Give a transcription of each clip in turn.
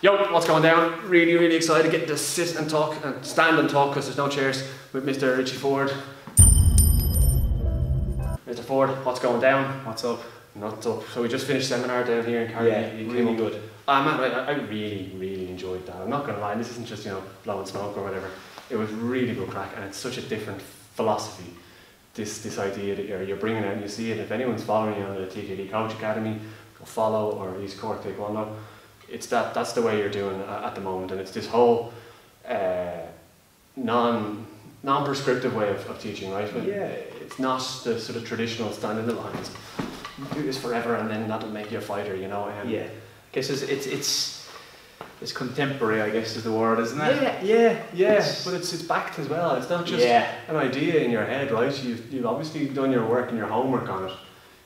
Yo, what's going down? Really, really excited to get to sit and talk and stand and talk because there's no chairs with Mr. Richie Ford. Mr. Ford, what's going down? What's up? Not up. So we just finished seminar down here in Cardiff. You came up- good. Ah, man, I, I really, really enjoyed that. I'm not going to lie, this isn't just, you know, blowing smoke or whatever. It was really good crack, and it's such a different philosophy. This this idea that you're, you're bringing out and you see it. If anyone's following you on the TKD Coach Academy, go follow, or East Cork, take one up. It's that, that's the way you're doing at, at the moment, and it's this whole uh, non non prescriptive way of, of teaching, right? But Yeah. It's not the sort of traditional stand in the lines, do this forever, and then that'll make you a fighter, you know? Um, Yeah. guess it's it's it's it's contemporary. I guess is the word, isn't it? Yeah, yeah, yeah. It's- But it's it's backed as well. It's not just yeah. an idea in your head, right? You've you've obviously done your work and your homework on it.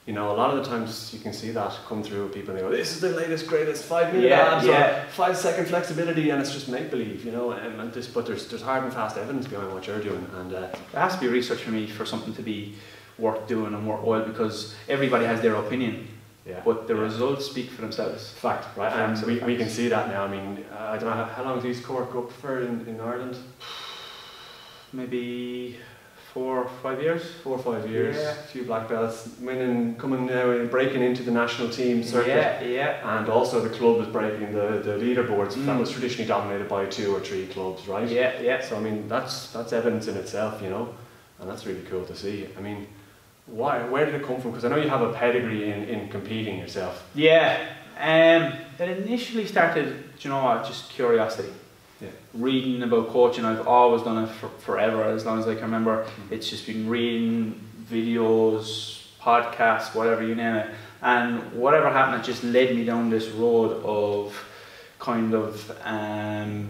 You know, a lot of the times you can see that come through with people. They go, "This is the latest, greatest five minute Yeah, abs, yeah. or five second flexibility," and it's just make believe, you know. Um, and this, but there's there's hard and fast evidence behind what you're doing, and uh, There has to be research for me for something to be worth doing and worthwhile because everybody has their opinion, yeah. but the Yeah. results speak for themselves. Fact, right? Facts And are we, we facts. can see that now. I mean, uh, I don't know how, how long is East Cork up for in, in Ireland? Maybe four or five years. Four or five years, Yeah. a few black belts, winning, coming now and breaking into the national team circuit. Yeah, yeah. And also the club is breaking the, the leaderboards that Mm. was traditionally dominated by two or three clubs, right? Yeah, yeah. So I mean that's that's evidence in itself, you know, and that's really cool to see. I mean, why where did it come from? Because I know you have a pedigree in, in competing yourself. Yeah. Um, it initially started, do you know what, just curiosity. Yeah. Reading about coaching, I've always done it for, forever, as long as I can remember. Mm-hmm. It's just been reading videos, podcasts, whatever you name it. And whatever happened, it just led me down this road of kind of um,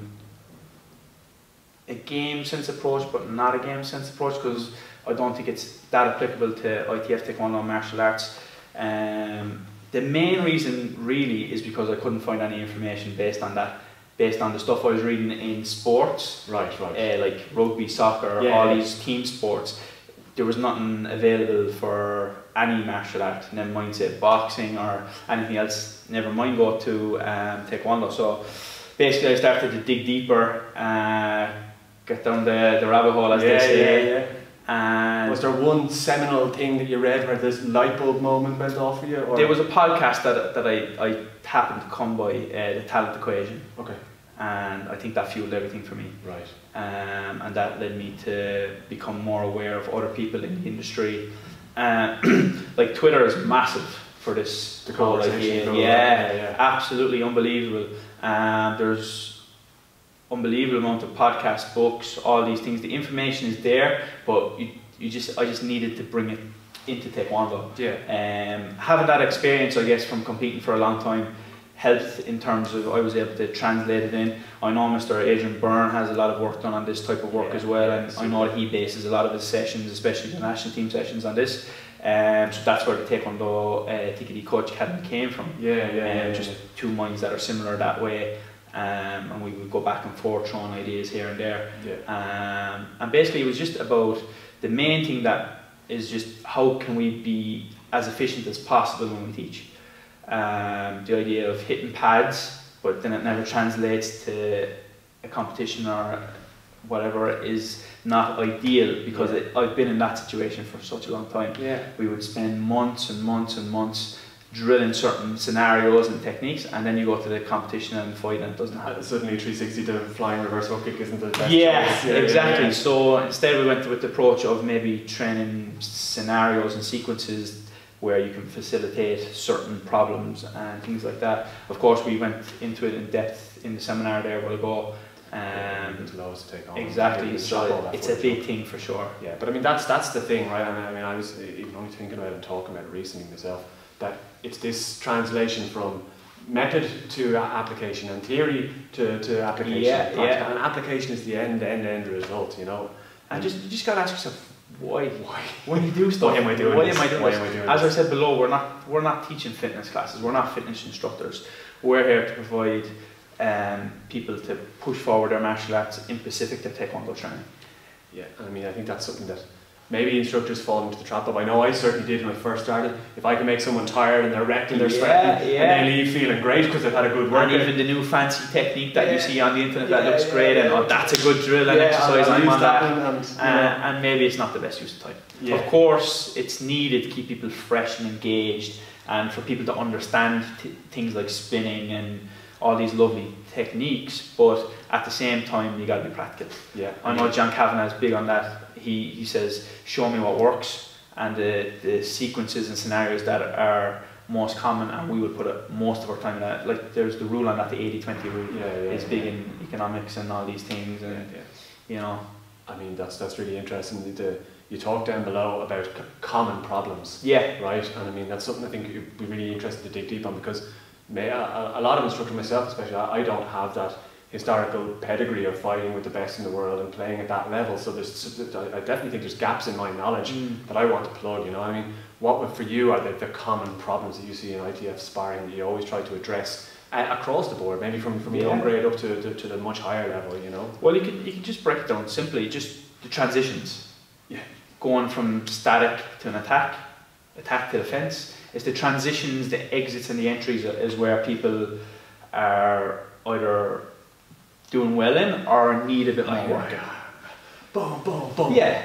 a game sense approach, but not a game sense approach, because I don't think it's that applicable to ITF Taekwondo and martial arts. Um, the main reason, really, is because I couldn't find any information based on that, based on the stuff I was reading in sports Right, right. uh, like rugby, soccer, Yeah, all yeah. these team sports, there was nothing available for any martial art, never mind say boxing or anything else, never mind go to um, taekwondo. So basically, I started to dig deeper, uh, get down the, the rabbit hole, as yeah, they say. yeah, yeah. And Was there one seminal thing that you read where this light bulb moment went off for you? Or? there was a podcast that, that I, I happened to come by, uh, The Talent Equation, okay, and I think that fueled everything for me. right. um, and that led me to become more aware of other people in the industry. Uh, like Twitter is massive for this The whole conversation idea. going on. Yeah, Yeah, yeah. absolutely unbelievable. Um, there's unbelievable amount of podcasts, books, all these things. The information is there, but you, you just I just needed to bring it into Taekwondo Yeah. um, having that experience, I guess, from competing for a long time helped in terms of I was able to translate it in. I know Mr. Adrian Byrne has a lot of work done on this type of work Yeah, as well, yeah, and I know that he bases a lot of his sessions, especially the national team sessions, on this. Um, so that's where the Taekwondo uh, TKD Coach Academy came from. Yeah, yeah, Um, yeah, just two minds that are similar that way, um, and we would go back and forth throwing ideas here and there. yeah. Um, and basically, it was just about the main thing that is just how can we be as efficient as possible when we teach. Um, the idea of hitting pads, but then it never translates to a competition or whatever is not ideal because it, I've been in that situation for such a long time Yeah. we would spend months and months and months drilling certain scenarios and techniques and then you go to the competition and fight and it doesn't happen. Uh, suddenly 360 to flying reverse hook kick isn't the best choice. Yeah, Yeah, yeah, exactly. yeah. So instead, we went with the approach of maybe training scenarios and sequences where you can facilitate certain problems and things like that. Of course, we went into it in depth in the seminar there. We'll go. Um, There's loads to take on. You exactly. can shop all So that it's for a it. big thing for sure. Yeah, but I mean that's that's the thing, right? And I mean I was even only thinking about it and talking about it recently myself that it's this translation from method to a- application and theory to, to application. Yeah, Practical. yeah. And application is the end end end result, you know. And just you just gotta ask yourself why. Why? Why do you do stuff? Mm. Why am I doing Why this? am I doing Why this? am I doing As I this? said below, we're not we're not teaching fitness classes. We're not fitness instructors. We're here to provide um, people to push forward their martial arts, in specific their taekwondo training. Yeah, and I mean I think that's something that Maybe instructors fall into the trap of. I know I certainly did when I first started. If I can make someone tired and they're wrecked and they're Yeah, sweating yeah. and they leave feeling great because they've had a good And workout. even the new fancy technique that you Yeah. see on the internet Yeah, that looks yeah, great and yeah. oh, that's a good drill and exercise. I'll I'm use on that. one and, you Uh, know, and maybe it's not the best use of time. yeah. Of course, it's needed to keep people fresh and engaged, and for people to understand t- things like spinning and all these lovely techniques. But at the same time, you got to be practical. yeah. I know John Kavanagh is big on that. He, he says, show me what works and the, the sequences and scenarios that are most common and we would put up most of our time in that. Like there's the rule on that, the 80-20 rule. Yeah, yeah, It's yeah. big in economics and all these things Yeah, and, yeah. you know, I mean, that's that's really interesting. The- The, you talk down below about c- common problems, yeah, right? And I mean, that's something I think you'd be really interested to dig deep on because may, a, a- a lot of instructor myself, especially, I, I don't have that historical pedigree of fighting with the best in the world and playing at that level. So there's, s- th- I I definitely think there's gaps in my knowledge Mm. that I want to plug. You know, I mean, what would- for you are the, the common problems that you see in ITF sparring that you always try to address uh, across the board, maybe from from your own Yeah. grade up to, to to the much higher level. You know. Well, you can you can just break it down simply. Just the transitions. Yeah. Going from static to an attack, attack to defense. It's the transitions, the exits, and the entries that is where people are either doing well in or need a bit more Like, work. Boom, boom, boom. Yeah,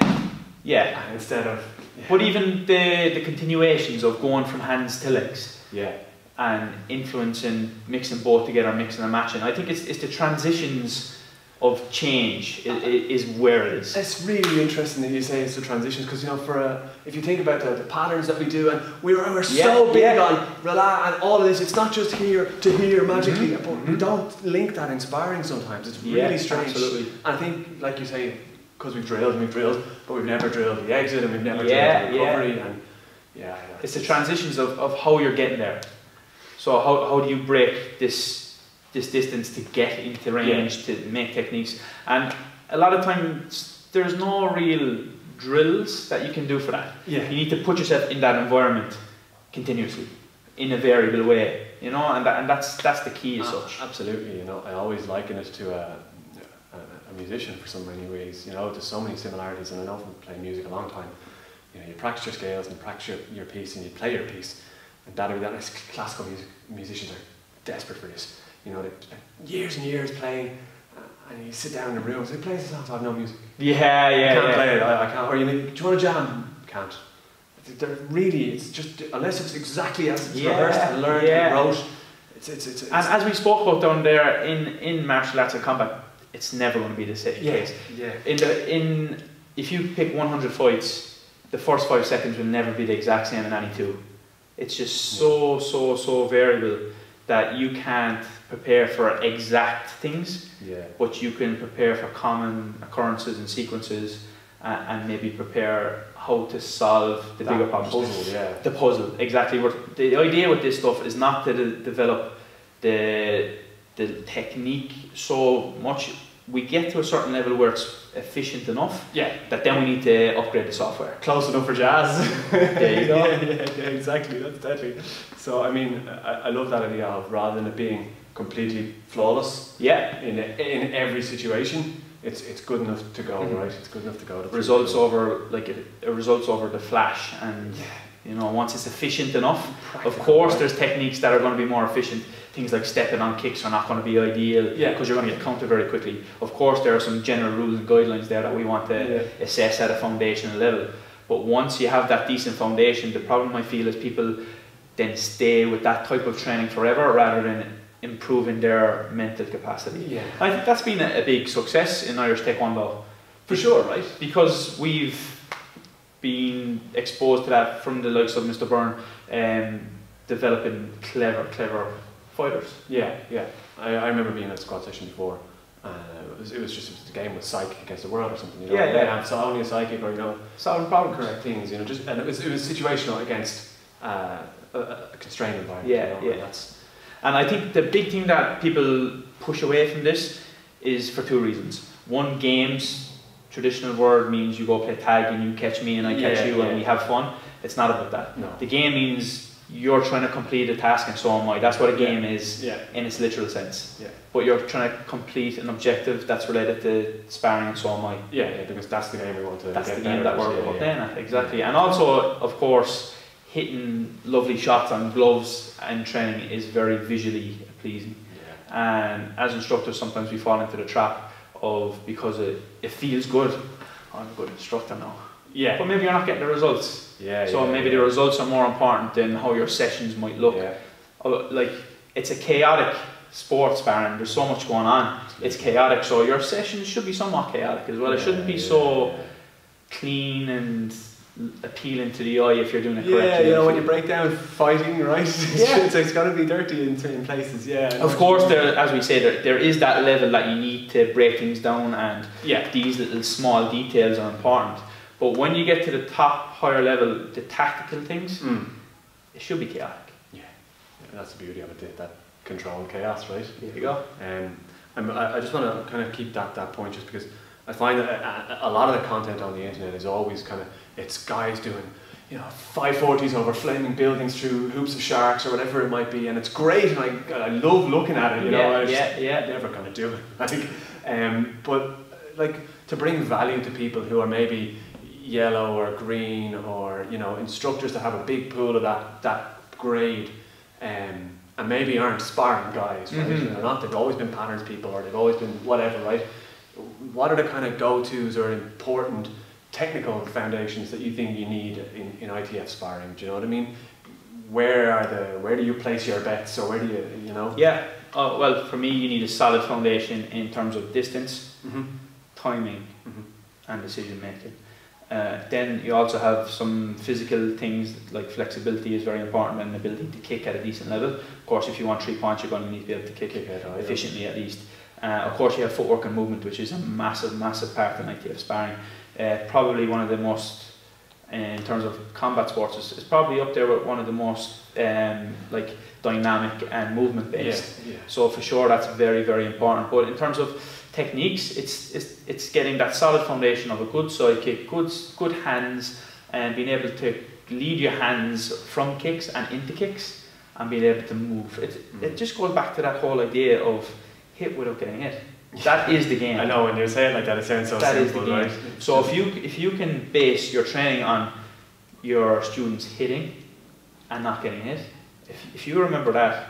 yeah. And Instead of. Yeah. But even the the continuations of going from hands to legs. Yeah. and influencing, mixing both together, mixing and matching. I think it's, it's the transitions of change is, is where it is. It's really interesting that you say it's the transitions because you know, for a, if you think about the, the patterns that we do, and we're, we're so Yeah, big yeah. on rely and all of this. It's not just here to here magically, Mhm, but we mhm. don't link that inspiring sometimes. It's really Yeah, strange. Absolutely. And I think, like you say, because we've drilled and we've drilled, but we've never drilled the exit and we've never Yeah, drilled the yeah. recovery, and yeah, yeah. It's the transitions of, of how you're getting there. So how, how do you break this this distance to get into range to make techniques? And a lot of times there's no real drills that you can do for that. yeah. You need to put yourself in that environment continuously, in a variable way, you know, and, that, and that's that's the key as Uh, such. Absolutely, you know, I always liken it to a, a, a musician for so many ways. You know, there's so many similarities, and I know from playing music a long time, you know, you practice your scales and you practice your, your piece and you play your piece, and that'll be that. It's classical music, musicians are desperate for this. You know, they spend years and years playing, uh, and you sit down in a room and say, play this song, I have no music. Yeah, yeah, I can't yeah. play it, I, I can't. Or you make, do you want to jam? Can't. They're really, it's just, unless it's exactly as it's Yeah, rehearsed and learned yeah. and wrote, it's, it's, it's, it's And as we spoke about down there in, in martial arts and combat, it's never going to be the same. Yes, yeah. In the in if you pick 100 fights, the first five seconds will never be the exact same in any two. It's just so so so variable that you can't prepare for exact things, Yeah. but you can prepare for common occurrences and sequences, uh, and maybe prepare how to solve the bigger problems. Puzzle, yeah. the puzzle exactly what the idea with this stuff is not to de- develop the the technique so much we get to a certain level where it's efficient enough Yeah. that then we need to upgrade the software Close enough for jazz. There you go. yeah, yeah, yeah, exactly. That's deadly. So, I mean, I, I love that idea of rather than it being completely flawless yeah in, in every situation, it's, it's good enough to go, Mhm. right? It's good enough to go. That's results really over like it, it results over the flash and you know once it's efficient enough cool. of course Practical, there's techniques that are going to be more efficient things like stepping on kicks are not going to be ideal because Yeah. you're going to get counter very quickly of course there are some general rules and guidelines there that we want to right? assess at a foundational level. But once you have that decent foundation, the problem I feel is people then stay with that type of training forever rather than improving their mental capacity. Yeah. yeah. I think that's been a, a big success in Irish Taekwondo. For sure, right? Because we've been exposed to that from the likes of Mr. Byrne, um, developing clever, clever fighters. Yeah, yeah. I, I remember being at a squad session before. Uh, it, was, it was just it was the game was psychic against the world or something. You know? Yeah, They yeah. had so only a psychic or you know Solving problems. correct things, you know, just and it was it was situational against uh, a, a constrained environment. Yeah, you know, and yeah. That's And I think the big thing that people push away from this is for two reasons. One, games, traditional word means you go play tag and you catch me and I catch Yeah, you yeah. and we have fun. It's not about that. no. The game means you're trying to complete a task and so am I. That's what a game is Yeah. in its literal sense. Yeah. But you're trying to complete an objective that's related to sparring and so am I. Yeah, yeah, because that's the game we want to That's get the game that better at, we're yeah, yeah, yeah. at, exactly. And also, of course, hitting lovely shots on gloves and training is very visually pleasing. Yeah. And as instructors, sometimes we fall into the trap of because it, it feels good. Oh, I'm a good instructor now. Yeah. But maybe you're not getting the results. Yeah, so yeah, maybe yeah. the results are more important than how your sessions might look. Yeah. Oh, Like it's a chaotic sports sparring. There's so much going on. It's chaotic. So your sessions should be somewhat chaotic as well. it Yeah, shouldn't be yeah, so yeah. clean and appealing to the eye if you're doing it Yeah, correctly. you know, when you break down fighting, right? It's, Yeah. it's, it's got to be dirty in certain places, yeah. of course, there, as we say, there, there is that level that you need to break things down, and Yeah. these little small details are important. But when you get to the top higher level, the tactical things, Mm. it should be chaotic. Yeah. And that's the beauty of it, that- that controlled chaos, right? There you go. Um, I'm, I I just want to kind of keep that, that point just because I find that uh, a, a- a lot of the content on the internet is always kind of, it's guys doing, you know, 540s over flaming buildings through hoops of sharks or whatever it might be, and it's great, and I, I love looking at it, you know. I yeah, just- yeah, yeah. I'm never going to do it. I think, um, but uh, like to bring value to people who are maybe yellow or green or you know instructors that have a big pool of that that grade, um, and maybe aren't sparring guys. Right? Mhm. They're not. They've always been patterns people, or they've always been whatever. Right? What are the kind of go tos or important technical foundations that you think you need in, in ITF sparring? Do you know what I mean? Where are the where do you place your bets or where do you you know? Yeah. Oh, well, for me, you need a solid foundation in terms of distance, Mm-hmm. timing, Mhm. and decision making. Uh, then you also have some physical things like flexibility is very important and the ability to kick at a decent level. Of course, if you want three points, you're going to need to be able to kick it Kick it, I- efficiently at least. Uh, of course, you have footwork and movement, which is a massive, massive part in ITF sparring. Uh, probably one of the most, in terms of combat sports, is, is probably up there with one of the most um, like dynamic and movement based. Yeah, yeah. So for sure, that's very very important. But in terms of techniques, it's it's, it's getting that solid foundation of a good side kick, good s- good hands, and being able to lead your hands from kicks and into kicks, and being able to move. It Mm. it just goes back to that whole idea of hit without getting hit. That is the game. I know when you say it like that, it sounds so That is the simple, game. right? So if you if you can base your training on your students hitting and not getting hit, if, if you remember that,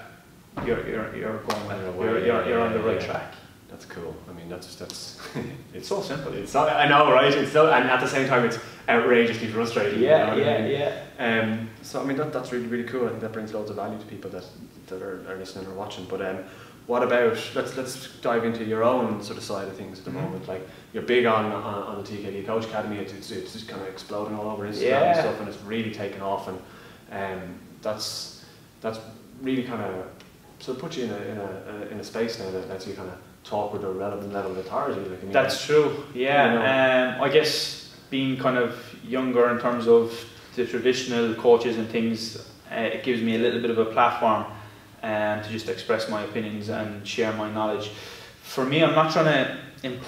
you're you're you're going You're well. aware, You're you're, yeah, you're on yeah, the right yeah. track. that's cool. I mean, that's that's It's it's so simple. it's not, I know, right? It's so, and at the same time, it's outrageously frustrating. you know Yeah, what I yeah, mean? yeah. Um, so I mean that, that's really really cool. I think that brings loads of value to people that that are, are listening or watching. But um, what about let's let's dive into your own sort of side of things at the Mhm. moment. Like you're big on on, on the TKD Coach Academy. It's it's, it's just kind of exploding all over Instagram Yeah. and stuff, and it's really taken off. And um, that's that's really kind of so put you in a in a in a space now that lets you kind of talk with a relevant level of authority. Like, I mean, That's true. Yeah. Um, I guess being kind of younger in terms of the traditional coaches and things, uh, it gives me a little bit of a platform um, to just express my opinions and share my knowledge. For me, I'm not trying to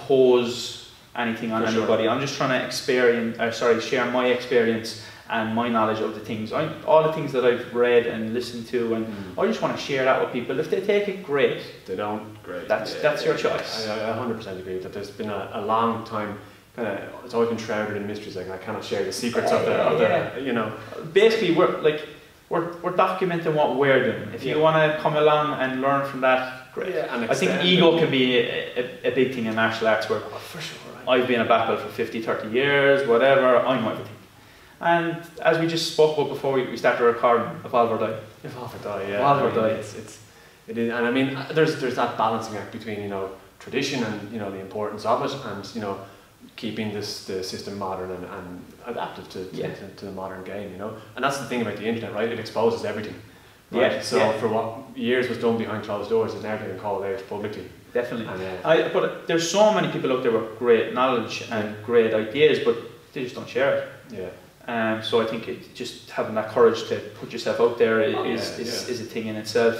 impose anything on For sure. anybody. I'm just trying to experience, uh, sorry, share my experience and my knowledge of the things. I, all the things that I've read and listened to, and Mm. I just want to share that with people. If they take it, great. they don't, great. That's- that's your choice. I, I 100% agree that there's been a, a long time, kind of, it's always been shrouded in mysteries. Like, I cannot share the secrets of the, of Yeah. the you know. basically we're like we're, we're documenting what we're doing if you Yeah. want to come along and learn from that great Yeah, and i think extend ego it. can be a, a, a big thing in martial arts where Oh, for sure, right? i've been a black belt for 50 30 years whatever i'm everything and as we just spoke about before we, we started recording evolve or die Evolve or die, yeah. Evolve or I mean, die. It's, it's, it is, and I mean, uh, there's, there's that balancing act between, you know, tradition and, you know, the importance of it and, you know, keeping this the system modern and, and adaptive to, to, Yeah. to, to the modern game, you know. And that's the thing about the internet, right? It exposes everything. Right? Yeah, so yeah. for what years was done behind closed doors is now being called out publicly. definitely And, uh, I, but there's so many people out there with great knowledge and great ideas but they just don't share it yeah. um, so I think it, just having that courage to put yourself out there i- is, Oh, is, yeah, is, a thing in itself.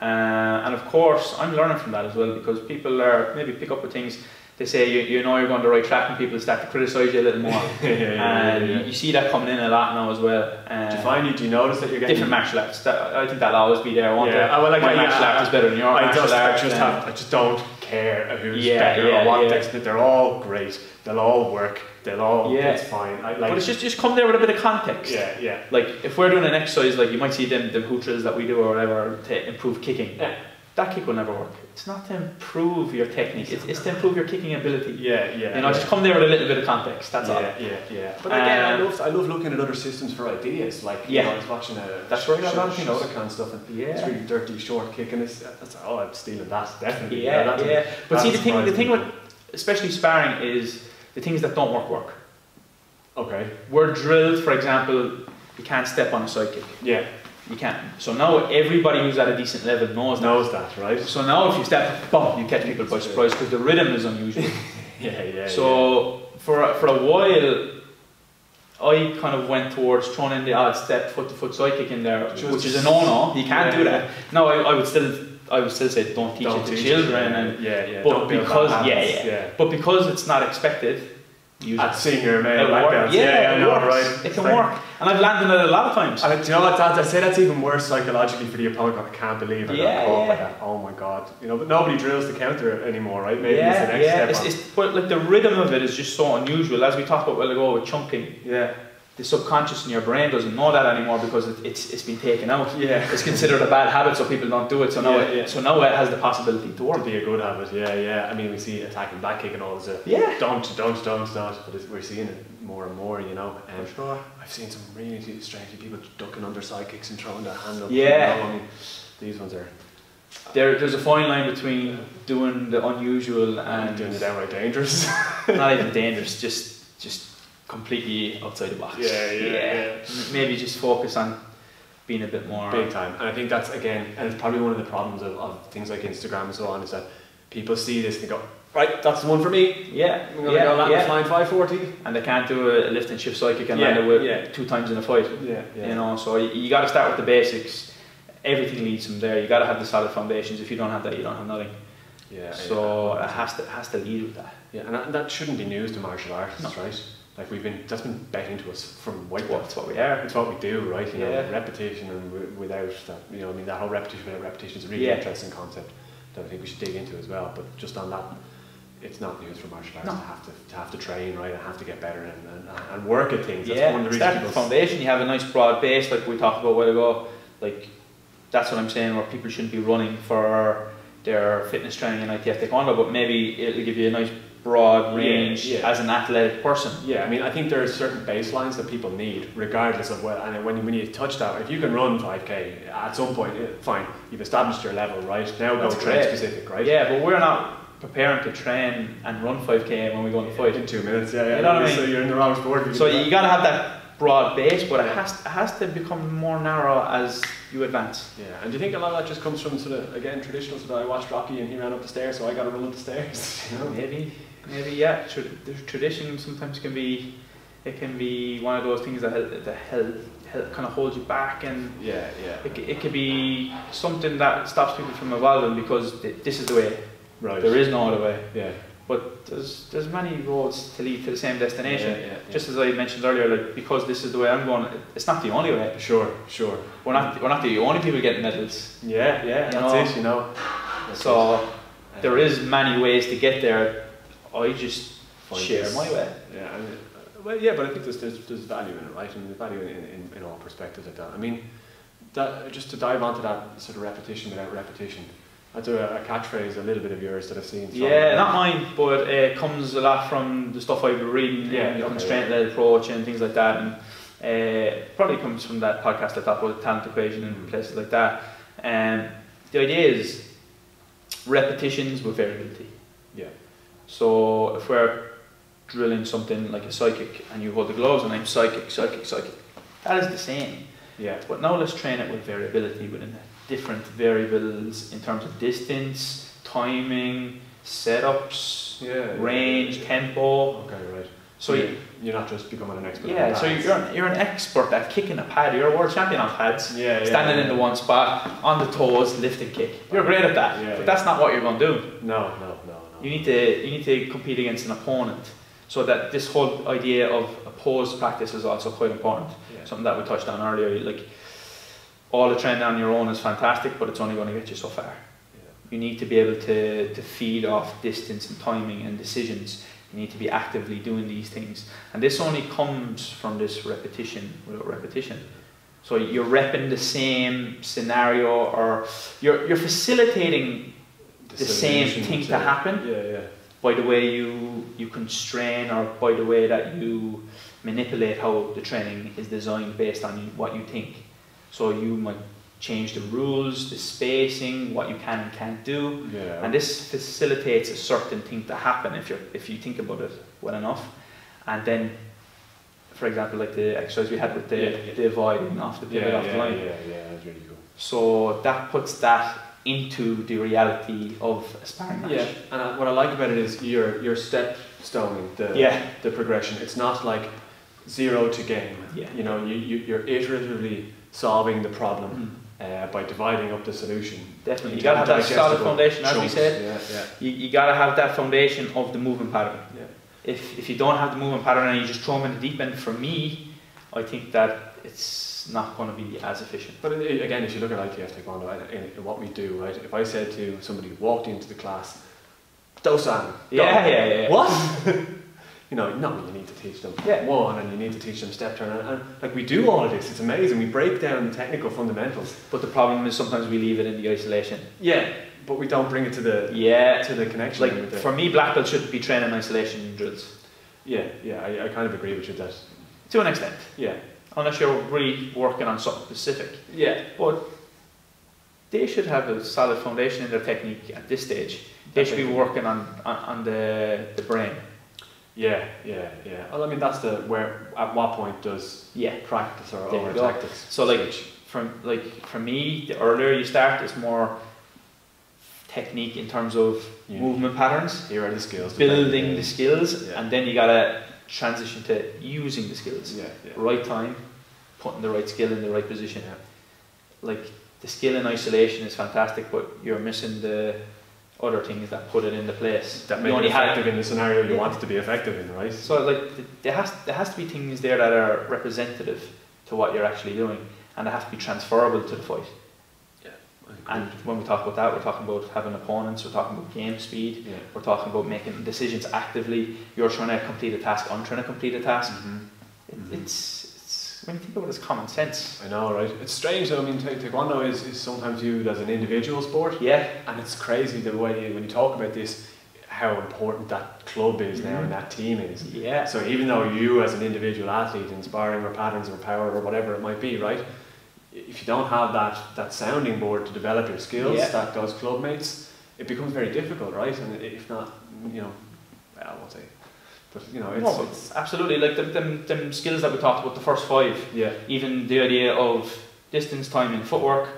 Uh, and of course, I'm learning from that as well because people are maybe pick up with things they say you, you know you're going the right track and people start to criticise you a little more. yeah, yeah, yeah, and yeah, you- yeah. you see that coming in a lot now as well. Do you Um, find you? Do you notice that you're getting different martial arts. That, I think that'll always be there. Won't Yeah, it? I would like My that, yeah, martial I- art is better than your I martial just, I art. just and- have, I just don't care who's Yeah, better yeah, or what yeah. this, but they're all great. They'll all work. They'll all. Yeah. It's fine. I like. but it's just just come there with a bit of context. yeah, yeah. Like if we're doing an exercise, like you might see them the hootras that we do or whatever to improve kicking. Yeah. That kick will never work. It's not to improve your technique. It's, it's to improve your kicking ability. Yeah, yeah. you know, yeah. just come there with a little bit of context. That's yeah, all. Yeah, yeah. But again, I Um, love, I love looking at other systems for ideas. Like, you Yeah. know, I was watching a That's right, I I was love watching shows. other kind of stuff, and it's Yeah. really dirty, short kick, and it's that's oh, I'm stealing that definitely. Yeah, that's yeah. But that see, the thing, the surprised thing me. with especially sparring is the things that don't work work. okay. We're drilled, for example, you can't step on a side kick. Yeah, You can't. So now everybody who's at a decent level knows that. knows that, right? So now if you step, boom, you catch people by surprise because the rhythm is unusual. Yeah, yeah. so for a- for a while, I kind of went towards throwing in the odd step foot to foot side kick in there, Just- which is a no no. You can't Yeah, do yeah. that. No, I, I would still I would still say don't yeah. teach Don't it to teach children yeah, and yeah, yeah. but Don't build because- bad yeah, habits, yeah. But because it's not expected, use At it. senior It male black work- belts. Yeah, yeah, I it know, works. right? It It's can like- work, and I've landed on it a lot of times. And do you know what? That, I say that's even worse psychologically for the opponent. I can't believe I Yeah, got caught by yeah. that. Oh my god! You know, but nobody drills the counter anymore, right? Maybe yeah, it's the next yeah. step. It's, on. it's, but like the rhythm of it is just so unusual. As we talked about a while ago with chunking, yeah, the subconscious in your brain doesn't know that anymore because it, it's it's been taken out. yeah. It's considered a bad habit, so people don't do it. So now, Yeah, it, yeah. so now it has the possibility to To work. be a good habit. Yeah, yeah. I mean, we see attacking back kick and all this. uh, Yeah, Don't, don't, don't, don't. But it's, we're seeing it more and more. You know, and sure. I've seen some really strange people ducking under sidekicks and throwing their hand up. Yeah. You know, I mean, these ones are There, there's a fine line between doing the unusual and doing it downright dangerous. not even dangerous, just just completely outside the box. Yeah, yeah, yeah. M- Maybe just focus on being a bit more. Big time. And I think that's again, and it's probably one of the problems of, of things like Instagram and so on, is that people see this and they go, right, that's the one for me. Yeah, I'm gonna yeah, go Latin yeah. flying 540. And they can't do a lift and shift psychic and Yeah, land it with yeah. two times in a fight. Yeah, yeah. You know, so you, you got to start with the basics. Everything leads from there. You got to have the solid foundations. If you don't have that, you don't have nothing. yeah so yeah. it has to has to lead with that. yeah, and that, and that shouldn't be news to martial artists, No. right? Like we've been that's been bet into us from white Well, belt. that's what we are. It's what we do, right? You know, Yeah. repetition and w- without that, you know, I mean, that whole repetition without repetition is a really Yeah. interesting concept that I think we should dig into as well. But just on that, it's not news for martial arts No. to have to, to have to train, right? And have to get better and, and, and work at things. That's yeah, one of the start reasons with the people. foundation. You have a nice broad base, like we talked about a while ago. Like that's what I'm saying, where people shouldn't be running for their fitness training and ITF taekwondo, but maybe it'll give you a nice broad Yeah, range yeah. as an athletic person. Yeah, I mean, I think there are certain baselines that people need, regardless of what. And when, when you touch that, if you can run 5K at some point, eh, fine, you've established your level, right? Now That's go great. train specific, right? Yeah, but we're not preparing to train and run 5k when we go on the In fight. two minutes, yeah, yeah. You know what I So mean? you're in the wrong sport. if So do that. you got to have that broad base, but Yeah. it has it has to become more narrow as you advance. Yeah, and do you think a lot of that just comes from sort of again traditional sort of I watched Rocky and he ran up the stairs, so I got to run up the stairs. You know? Maybe, maybe yeah. Tra- the tradition sometimes can be, it can be one of those things that hel- that hel- hel- kind of holds you back, and Yeah, yeah. it, c- it could be something that stops people from evolving because th- this is the way. Right. There is no other way. Yeah. But there's there's many roads to lead to the same Yeah, destination. yeah, yeah. Just as I mentioned earlier, like because this is the way I'm going, it- it's not the only way. sure, sure. We're not we're not the only people getting medals. Yeah, yeah. that's You know? it. You know. That's it. So Uh, there is many ways to get there. I just find share this- my way. Yeah. I mean, uh, well, yeah, but I think there's, there's there's value in it, right? And there's value in, in, in all perspectives like that. I mean, that just to dive onto that sort of repetition without repetition. I do a, a catchphrase, a little bit of yours that I've seen. from- Yeah, not mine, but it comes a lot from the stuff I've been reading, Yeah, yeah, the okay, constraint led approach and things like that, and uh, probably comes from that podcast I talked about the talent equation and Mm. places like that. Um, the idea is repetitions with variability. Yeah. So if we're drilling something like a psychic and you hold the gloves and I'm psychic, psychic, psychic, that is the same. Yeah. But now let's train it with variability within it. Different variables in terms of distance, timing, setups, Yeah. range, tempo. Okay. Right. So you, you, you're not just becoming an expert. yeah, on so that. you're you're an expert at kicking a pad. You're a world champion on pads. yeah, yeah, Standing yeah. in the one spot, on the toes, lift and kick. You're great at that, Yeah, but yeah. that's not what you're going to do. No, no, no, no. You need to you need to compete against an opponent. So that this whole idea of opposed practice is also quite important. Yeah. Something that we touched on earlier. Like all the training on your own is fantastic, but it's only going to get you so far. You need to be able to, to feed off distance and timing and decisions. You need to be actively doing these things. And this only comes from this repetition without repetition. So you're repping the same scenario or you're, you're facilitating the same solution thing to happen Yeah, yeah. by the way you, you constrain or by the way that you manipulate how the training is designed based on you- what you think. So you might change the rules, the spacing, what you can and can't do. Yeah. And this facilitates a certain thing to happen if you if you think about it well enough. And then, for example, like the exercise we had with the, Yeah, yeah. the avoiding off the yeah, pivot yeah, off the yeah, line. yeah, yeah, that's really cool. So that puts that into the reality of a sparring match. Yeah, and I, what I like about it is you're you're step stoning the Yeah. the progression. It's not like zero to game. Yeah. You know, you, you you're iteratively solving the problem Mm, uh, by dividing up the solution. Definitely. You into gotta have that solid digestible foundation, as we chunks. said. Yeah, You, you gotta have that foundation of the movement pattern. yeah, If, if you don't have the movement pattern and you just throw them in the deep end, for me, I think that it's not going to be as efficient. But it- it- again, if you look at ITF Taekwondo and, and, and what we do, right? If I said to somebody who walked into the class, Dosan, Yeah, yeah, yeah. What? you know, no, you need to teach them Yeah. one and you need to teach them step turn. And, and like we do all of this, it's amazing. We break down the technical fundamentals. But the problem is sometimes we leave it in the isolation. Yeah, but we don't bring it to the Yeah. to the connection. Like with the- for me, black belt shouldn't be training isolation drills yeah, yeah, I, I kind of agree with you that. to an extent, Yeah, unless you're really working on something specific. yeah, But they should have a solid foundation in their technique at this stage. They should be working on, on, on the, the brain. yeah, yeah, yeah. Well, I mean, that's the where at what point does Yeah. practice or, There you or go. tactics? So, like, switch? From like for me, the earlier you start, it's more technique in terms of Yeah. movement patterns, here are the skills. to play building game. the skills, Yeah. and then you gotta transition to using the skills. Yeah, yeah. right time, putting the right skill in the right position. Yeah. Like the skill in isolation is fantastic, but you're missing the other things that put it into place. That you may be only had effective in the scenario you Yeah. want it to be effective in, right? so like th- there has there has to be things there that are representative to what you're actually doing, and they have to be transferable to the fight. And when we talk about that, we're talking about having opponents, we're talking about game speed, yeah. we're talking about making decisions actively. You're trying to complete a task, I'm trying to complete a task. It, Mhm. it's it's when you think about it, it's common sense. I know, right? It's strange though. I mean, ta- taekwondo is, is sometimes viewed as an individual sport, Yeah, and it's crazy the way when you talk about this, how important that club is now and that team is. Yeah. So even though you, as an individual athlete, inspiring or patterns or power or whatever it might be, right? If you don't have that that sounding board to develop your skills, Yeah. that those clubmates, it becomes very difficult, right? And if not, you know, well, I won't say, but you know, it's, No, it's absolutely like them, them, them skills that we talked about, the first five, yeah, even the idea of distance, timing, footwork,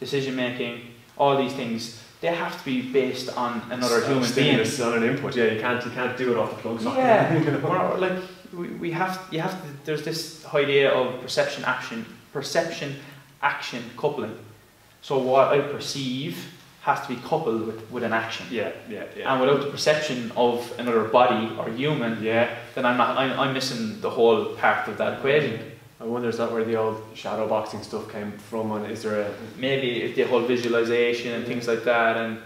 decision making, all these things, they have to be based on another It's a human being. stimulus, not an input. Yeah, you can't you can't do it off the plug socket. Yeah, You know? We're- like we, we have, you have to, there's this idea of perception, action, perception, action coupling. So what I perceive has to be coupled with, with an action. yeah, yeah, And yeah, without the perception of another body or human, yeah. then I'm not, I'm, I'm missing the whole part of that equation. I wonder is that where the old shadow boxing stuff came from? And is there a maybe if the whole visualization and things like that and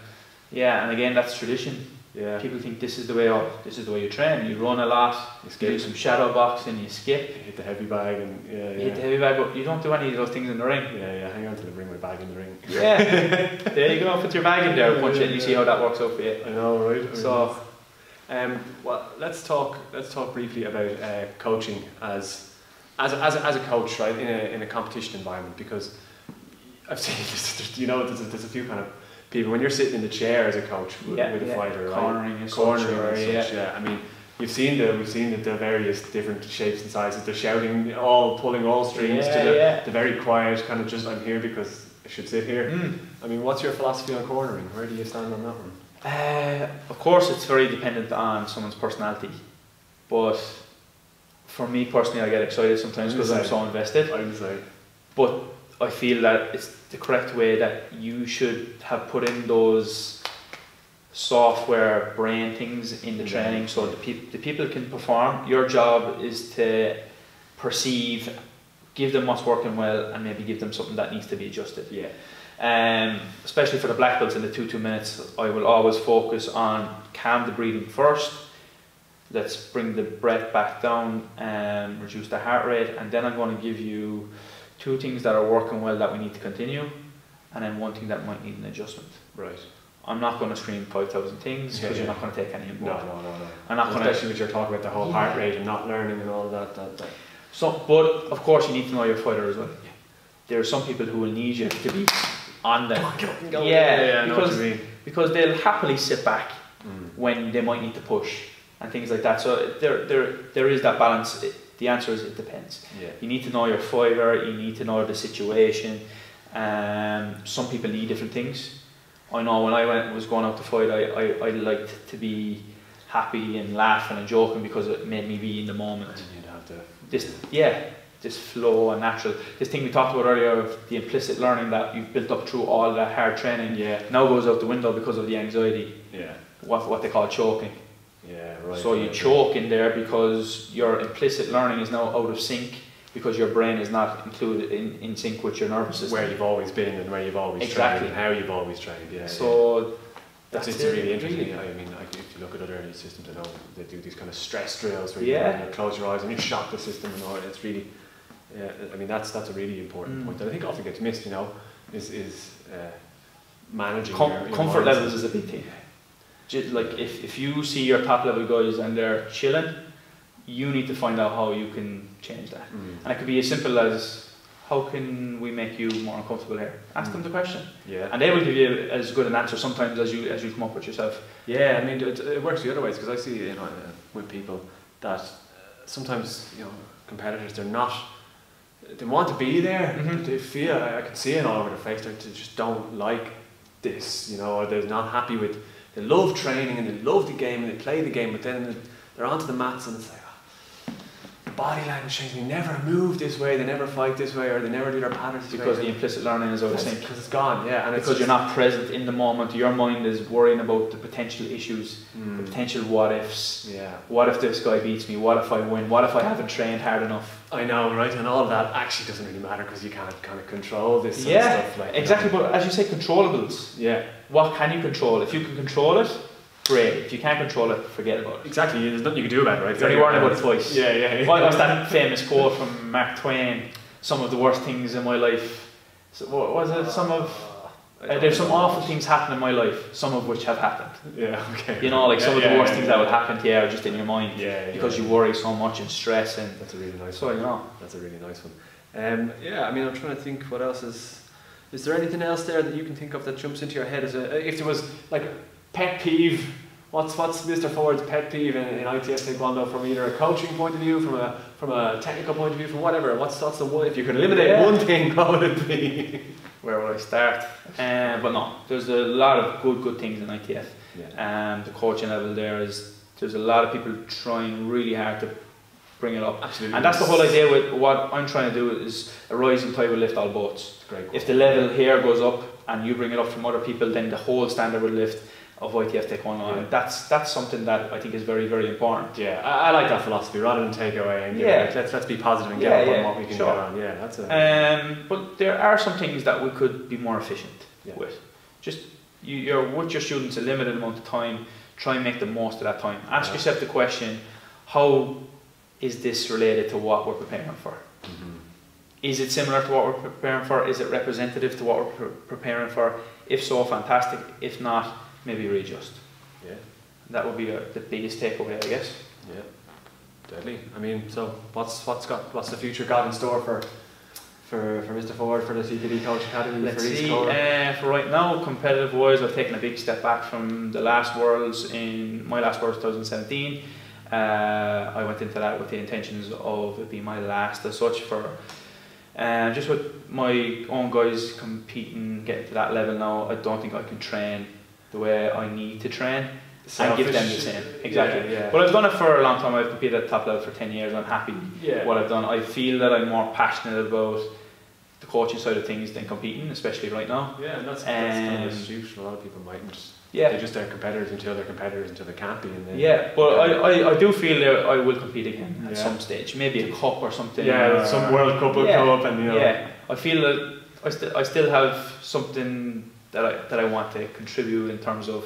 yeah and again that's tradition yeah people think this is the way oh, this is the way you train you run a lot you you do skate, some shadow boxing you skip hit the heavy bag, and yeah, you hit the yeah, heavy bag but you don't do any of those things in the ring yeah, yeah. Hang on till I bring my bag in the ring. yeah there you go put your bag in there punch it and you see how that works out for you I know, right? I mean, so Um, well, let's talk. Let's talk briefly about uh, coaching as, as, as, as a coach, right, in a, in a competition environment. Because I've seen this. there's- You know, there's a, there's a few kind of people when you're sitting in the chair as a coach with, yeah, with a yeah. fighter, right? cornering is Corner, such, yeah. yeah. yeah. I mean, you've seen the we've seen the, the various different shapes and sizes. They're shouting, all pulling all strings yeah, to the, yeah. the very quiet kind of just I'm here because I should sit here. Mm. I mean, what's your philosophy on cornering? Where do you stand on that one? Uh, of course, it's very dependent on someone's personality, but for me personally, I get excited sometimes because I'm so invested. I would say, But I feel that it's the correct way that you should have put in those software brain things in the Yeah. training so the, peop the people can perform your job is to perceive give them what's working well and maybe give them something that needs to be adjusted Yeah. um, especially for the black belts in the two two minutes i will always focus on calm the breathing first let's bring the breath back down and reduce the heart rate and then i'm going to give you two things that are working well that we need to continue and then one thing that might need an adjustment Right. I'm not going to scream 5,000 things Yeah, because you're yeah. not going to take any input. No, no, no, no. I'm not going to. Especially with your talk about the whole heart rate and not learning and all that. that, that. So, but of course, you need to know your fighter as well. There are some people who will need you to be on them yeah, go. I know what you because- mean. because they'll happily sit back Mm. when they might need to push and things like that. So there, there, there is that balance. It, the answer is it depends. Yeah. You need to know your fighter. You need to know the situation. Um, some people need different things. I know when I went was going out to fight, I, I, I liked to be happy and laughing and joking because it made me be in the moment. And you'd have to. this yeah this flow and natural this thing we talked about earlier of the implicit learning that you've built up through all that hard training Yeah. now goes out the window because of the anxiety Yeah. what, what they call choking Yeah. Right. so you right. choke in there because your implicit learning is now out of sync because your brain is not included in, in sync with your nervous system where you've always been and where you've always Exactly. trained and how you've always trained. Yeah. yeah. so It's, that's it's it, really interesting. really. I mean, like if you look at other systems, I know they do these kind of stress drills where Yeah. you, you close your eyes and you shock the system and all. It's really, yeah. I mean, that's that's a really important Mm. point that I think often gets missed. You know, is is uh, managing Com- your, your comfort mindset. levels is a big thing. Ju- Like if, if you see your top level guys and they're chilling, you need to find out how you can change that. Mm. And it could be as simple as how can we make you more uncomfortable here? Ask Hmm. them the question, Yeah. and they will give you as good an answer sometimes as you as you come up with yourself. Yeah, I mean, it, it works the other ways because I see, you know, uh, with people that uh, sometimes, you know, competitors, they're not, they want to be there. Mhm. They feel, I, I can see it all over their face, they're- they just don't like this, you know, or they're not happy with, they love training and they love the game and they play the game, but then they're onto the mats and it's like, "Oh, the body language changes, they never move this way, they never fight this way, or they never do their patterns this Because the way. implicit learning is out of sync. because it's gone, yeah, and it's Because you're not present in the moment, your mind is worrying about the potential issues, the Mm, potential what ifs. yeah. What if this guy beats me? What if I win? What if I haven't trained hard enough? I know, right? And all that actually doesn't really matter because you can't kind of control this sort Yeah, of stuff. Like, you know. Exactly, but as you say, controllables. Yeah, What can you control? If you can control it, great. If you can't control it, forget about it. exactly. There's nothing you can do about it, right? You're only worrying about it twice. Yeah, yeah. yeah. What was that famous quote from Mark Twain? Some of the worst things in my life. So, what was it? Some of I uh, don't there's some know. awful things happen in my life. Some of which have happened. Yeah, okay. You know, like some Yeah, of the yeah, worst yeah, things yeah. that would happen to you are just in your mind Yeah, yeah. because you worry so much and stress and. That's a really nice So you know. one. That's a really nice one. Um, yeah, I mean, I'm trying to think what else is. Is there anything else there that you can think of that jumps into your head? As a, uh, if there was like pet peeve, what's what's Mr. Ford's pet peeve in, in ITS Taekwondo from either a coaching point of view, from a from a technical point of view, from whatever? What's that's the one? If you could eliminate Yeah. one thing, what would it be? Where will I start? Uh, but no, there's a lot of good, good things in ITF. Yeah. Um, the coaching level there is there's a lot of people trying really hard to bring it up. Absolutely. And that's the whole idea with what I'm trying to do is a rising tide will lift all boats. Great. If the level here goes up and you bring it up from other people, then the whole standard will lift of ITF Taekwondo. Yeah. And that's that's something that I think is very, very important. yeah, I, I like that philosophy. Rather than take away and give Yeah. it, let's let's be positive and get Yeah, up on yeah, what we can sure. get on. Yeah, that's a Um, but there are some things that we could be more efficient Yeah. with. Just you, you're with your students a limited amount of time. Try and make the most of that time. Ask Yeah. yourself the question: How is this related to what we're preparing for? Mhm. Is it similar to what we're preparing for? Is it representative to what we're pre- preparing for? If so, fantastic. If not, maybe readjust. yeah. That would be uh, the biggest takeaway, I guess. Yeah, deadly. I mean, so what's what's got what's the future got in store for for, for Mr. Ford for the CPD Coach Academy Let's for East see. Cork? Uh, for right now, competitive wise, I've taken a big step back from the last Worlds in my last Worlds 2017. Uh, I went into that with the intentions of it being my last as such for. Um, just with my own guys competing, getting to that level now, I don't think I can train the way I need to train. and give them the Selfish. same. Exactly. Yeah. yeah. But I've done it for a long time. I've competed at top level for 10 years. I'm happy yeah. what I've done. I feel that I'm more passionate about the coaching side of things than competing, especially right now. yeah, and that's, that's kind of Um, astute. A lot of people mightn't Yeah. They're just their competitors until they're competitors until they can't be. And then Yeah, but I, I, I do feel that I will compete again at Yeah. some stage, maybe a cup or something. Yeah, or- some World Cup will Yeah. come up, and you know, Yeah, I feel that I, st- I still have something that I that I want to contribute in terms of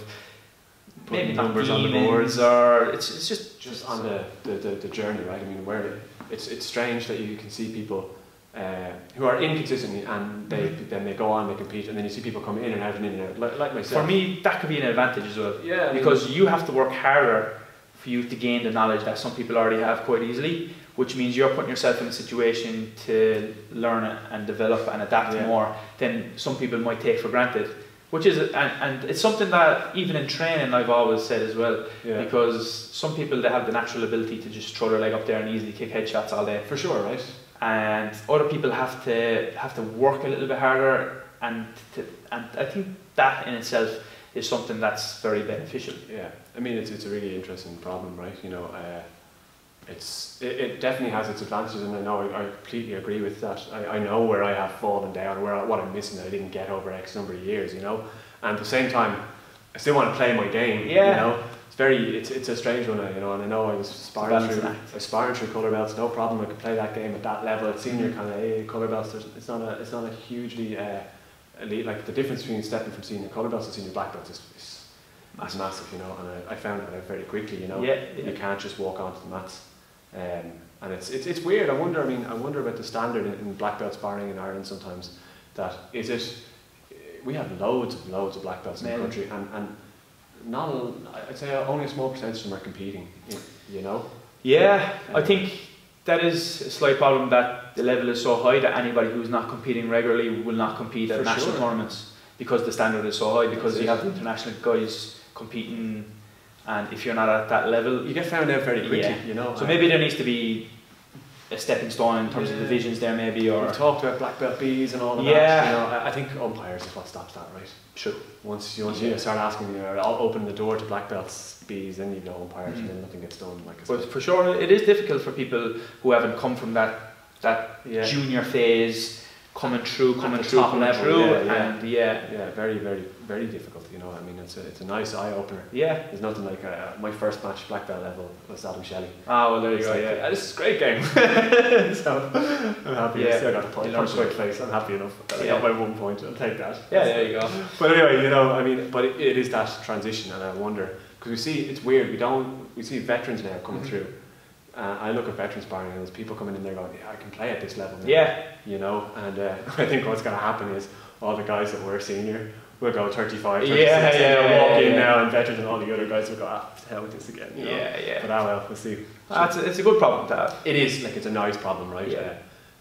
Putting maybe not numbers on the demons boards. or it's it's just just on the, the, the, the journey, right? I mean, where it's it's strange that you can see people uh, who are inconsistent and they then they go on, they compete, and then you see people come in and out and in and out, like, like myself. for me that could be an advantage as well yeah, I mean, because you have to work harder for you to gain the knowledge that some people already have quite easily, which means you're putting yourself in a situation to learn it and develop and adapt Yeah. more than some people might take for granted. Which is and, and it's something that even in training I've always said as well. yeah. because some people they have the natural ability to just throw their leg up there and easily kick headshots all day, for sure, right? and other people have to have to work a little bit harder, and to, and I think that in itself is something that's very beneficial. Yeah, I mean it's, it's a really interesting problem, right? You know, uh, it's it, it definitely has its advantages, and I know I, I completely agree with that. I, I know where I have fallen down, where I, what I'm missing that I didn't get over X number of years, you know. And at the same time, I still want to play my game. Yeah. You know, it's very it's, it's a strange one, you know. And I know I was sparring balancing through act. aspiring through color belts, no problem. I could play that game at that level at senior kind of eh, color belts. there's- It's not a it's not a hugely uh, elite like the difference between stepping from senior color belts to senior black belts is. is it's massive, you know, and I, I found that out very quickly, you know. yeah, You yeah. can't just walk onto the mats. Um, and it's, it's, it's weird. I wonder, I mean, I wonder about the standard in, in black belt sparring in Ireland sometimes. That is it, we have loads and loads of black belts in Yeah. the country, and, and not, a, I'd say only a small percentage of them are competing, you- you know. Yeah, I think that is a slight problem that the level is so high that anybody who's not competing regularly will not compete at For national sure. tournaments because the standard is so high. Because That's you it. have the international guys competing, and if you're not at that level, You get found out very quickly, Yeah. you know. So and- maybe there needs to be a stepping stone in terms of Yeah. divisions there, maybe, or We've talked about black belt bees and all of that. Yeah. You know, I, I think umpires is what stops that, right? Sure. Once you, once you start asking, you know, I'll open the door to black belts, bees, then you know umpires, and then nothing gets done. Like I But said. for sure, it is difficult for people who haven't come from that that yeah, junior phase, coming through, At coming the through, top coming level, through, yeah, yeah. and yeah, yeah, very, very, very difficult. You know, I mean, it's a, it's a nice eye opener. yeah. There's nothing like uh, my first match black belt level was Adam Shelley. Ah, well, there you It's go. like, Yeah, "Ah, this is a great game. so I'm happy. Yeah. I still got a point. You learn Punch my place. I'm happy enough. that I Yeah. got my one point. I'll take that. Yeah, there you go. But anyway, you know, I mean, but it, it is that transition, and I wonder because we see it's weird. We don't we see veterans now coming Mhm. through. Uh, I look at veterans sparring, and there's people coming in there going, "Yeah, I can play at this level." now," Yeah, you know. And uh, I think what's going to happen is all the guys that were senior will go 35, 36, Yeah, and yeah, they'll yeah, walk yeah, in yeah. now, and veterans and all the other guys will go, "Ah, to hell with this again." You Know? yeah, But yeah. ah well, we'll see. That's a, it's a good problem to have. It is like it's a nice problem, right? Yeah. Uh,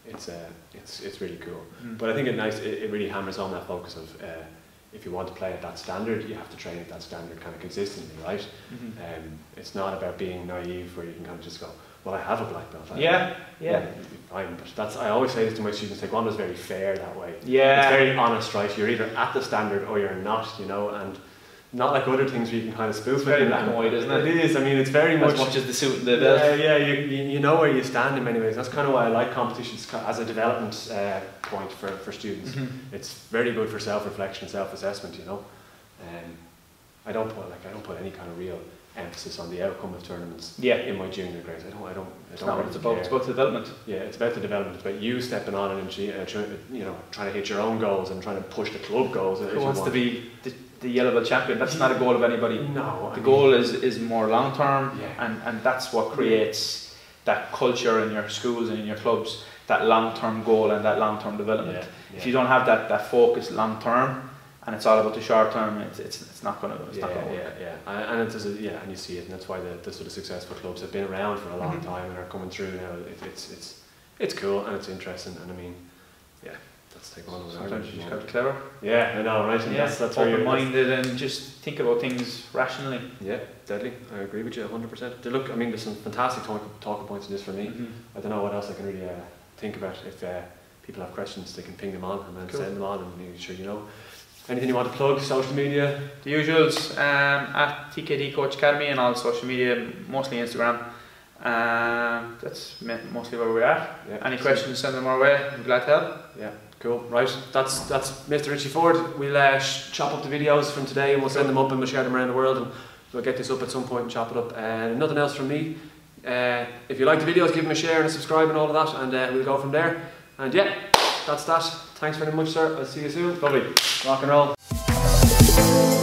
it's uh, it's it's really cool. Mm. But I think it nice. It, it really hammers on that focus of uh, if you want to play at that standard, you have to train at that standard kind of consistently, right? Mhm. Um, it's not about being naive where you can kind of just go, well, I have a black belt. I- Yeah, yeah, yeah, Fine, but that's I always say this to my students. Taekwondo is very fair that way. It's yeah. very honest, right? You're either at the standard or you're not, you know, and not like other things where you can kind of spoof It's very it. black and white, isn't it? It is. I mean, it's very As much much as the suit and the belt. yeah, yeah, you, you you know where you stand in many ways. That's kind of why I like competitions co- as a development uh, point for, for students. Mhm. It's very good for self reflection, self assessment. You know, um, I don't put like I don't put any kind of real emphasis on the outcome of tournaments Yeah, in my junior grades. I don't, I don't, I it's don't not what really it's about. It's care. about development. Yeah, it's about the development. It's about you stepping on and achie- uh, try- you know trying to hit your own goals and trying to push the club goals. if Who you wants to want. be the, the yellow belt champion? That's not a goal of anybody. No, I The mean- goal is, is more long term, Yeah. and, and that's what creates that culture in your schools and in your clubs that long term goal and that long term Yeah, development. yeah. If you don't have that, that focus long term and it's all about the short term, it's, it's, it's not going to it's Yeah, not gonna yeah, work. yeah, and, and it's a, yeah, and you see it, and that's why the, the sort of successful clubs have been around for a long Mhm. time and are coming through now. It, it's it's it's cool and it's interesting, and I mean, yeah, that's take one of Sometimes you just got to those. be clever, Yeah, I know, right? And yeah, that's that's where open you're that's- minded, and just think about things rationally. Yeah, deadly. I agree with you hundred percent. Look, I mean, there's some fantastic talk, talking points in this for me. Mhm. I don't know what else I can really uh, think about. If uh, people have questions, they can ping them on and then Cool. send them on, and make sure you know. Anything you want to plug? Social media? The usuals um, at TKD Coach Academy and all social media, mostly Instagram. Um, that's mi- mostly where we're at. Yeah. Any questions, send them our way. I'm glad to help. Cool. Right. That's that's Mr. Richie Ford. We'll uh, sh- chop up the videos from today. We'll send them up and we'll share them around the world. And we'll get this up at some point and chop it up. And nothing else from me. Uh, if you like the videos, give them a share and a subscribe and all of that. And uh, we'll go from there. And yeah, that's that. Thanks very much, sir. I'll see you soon. Lovely. Rock and roll.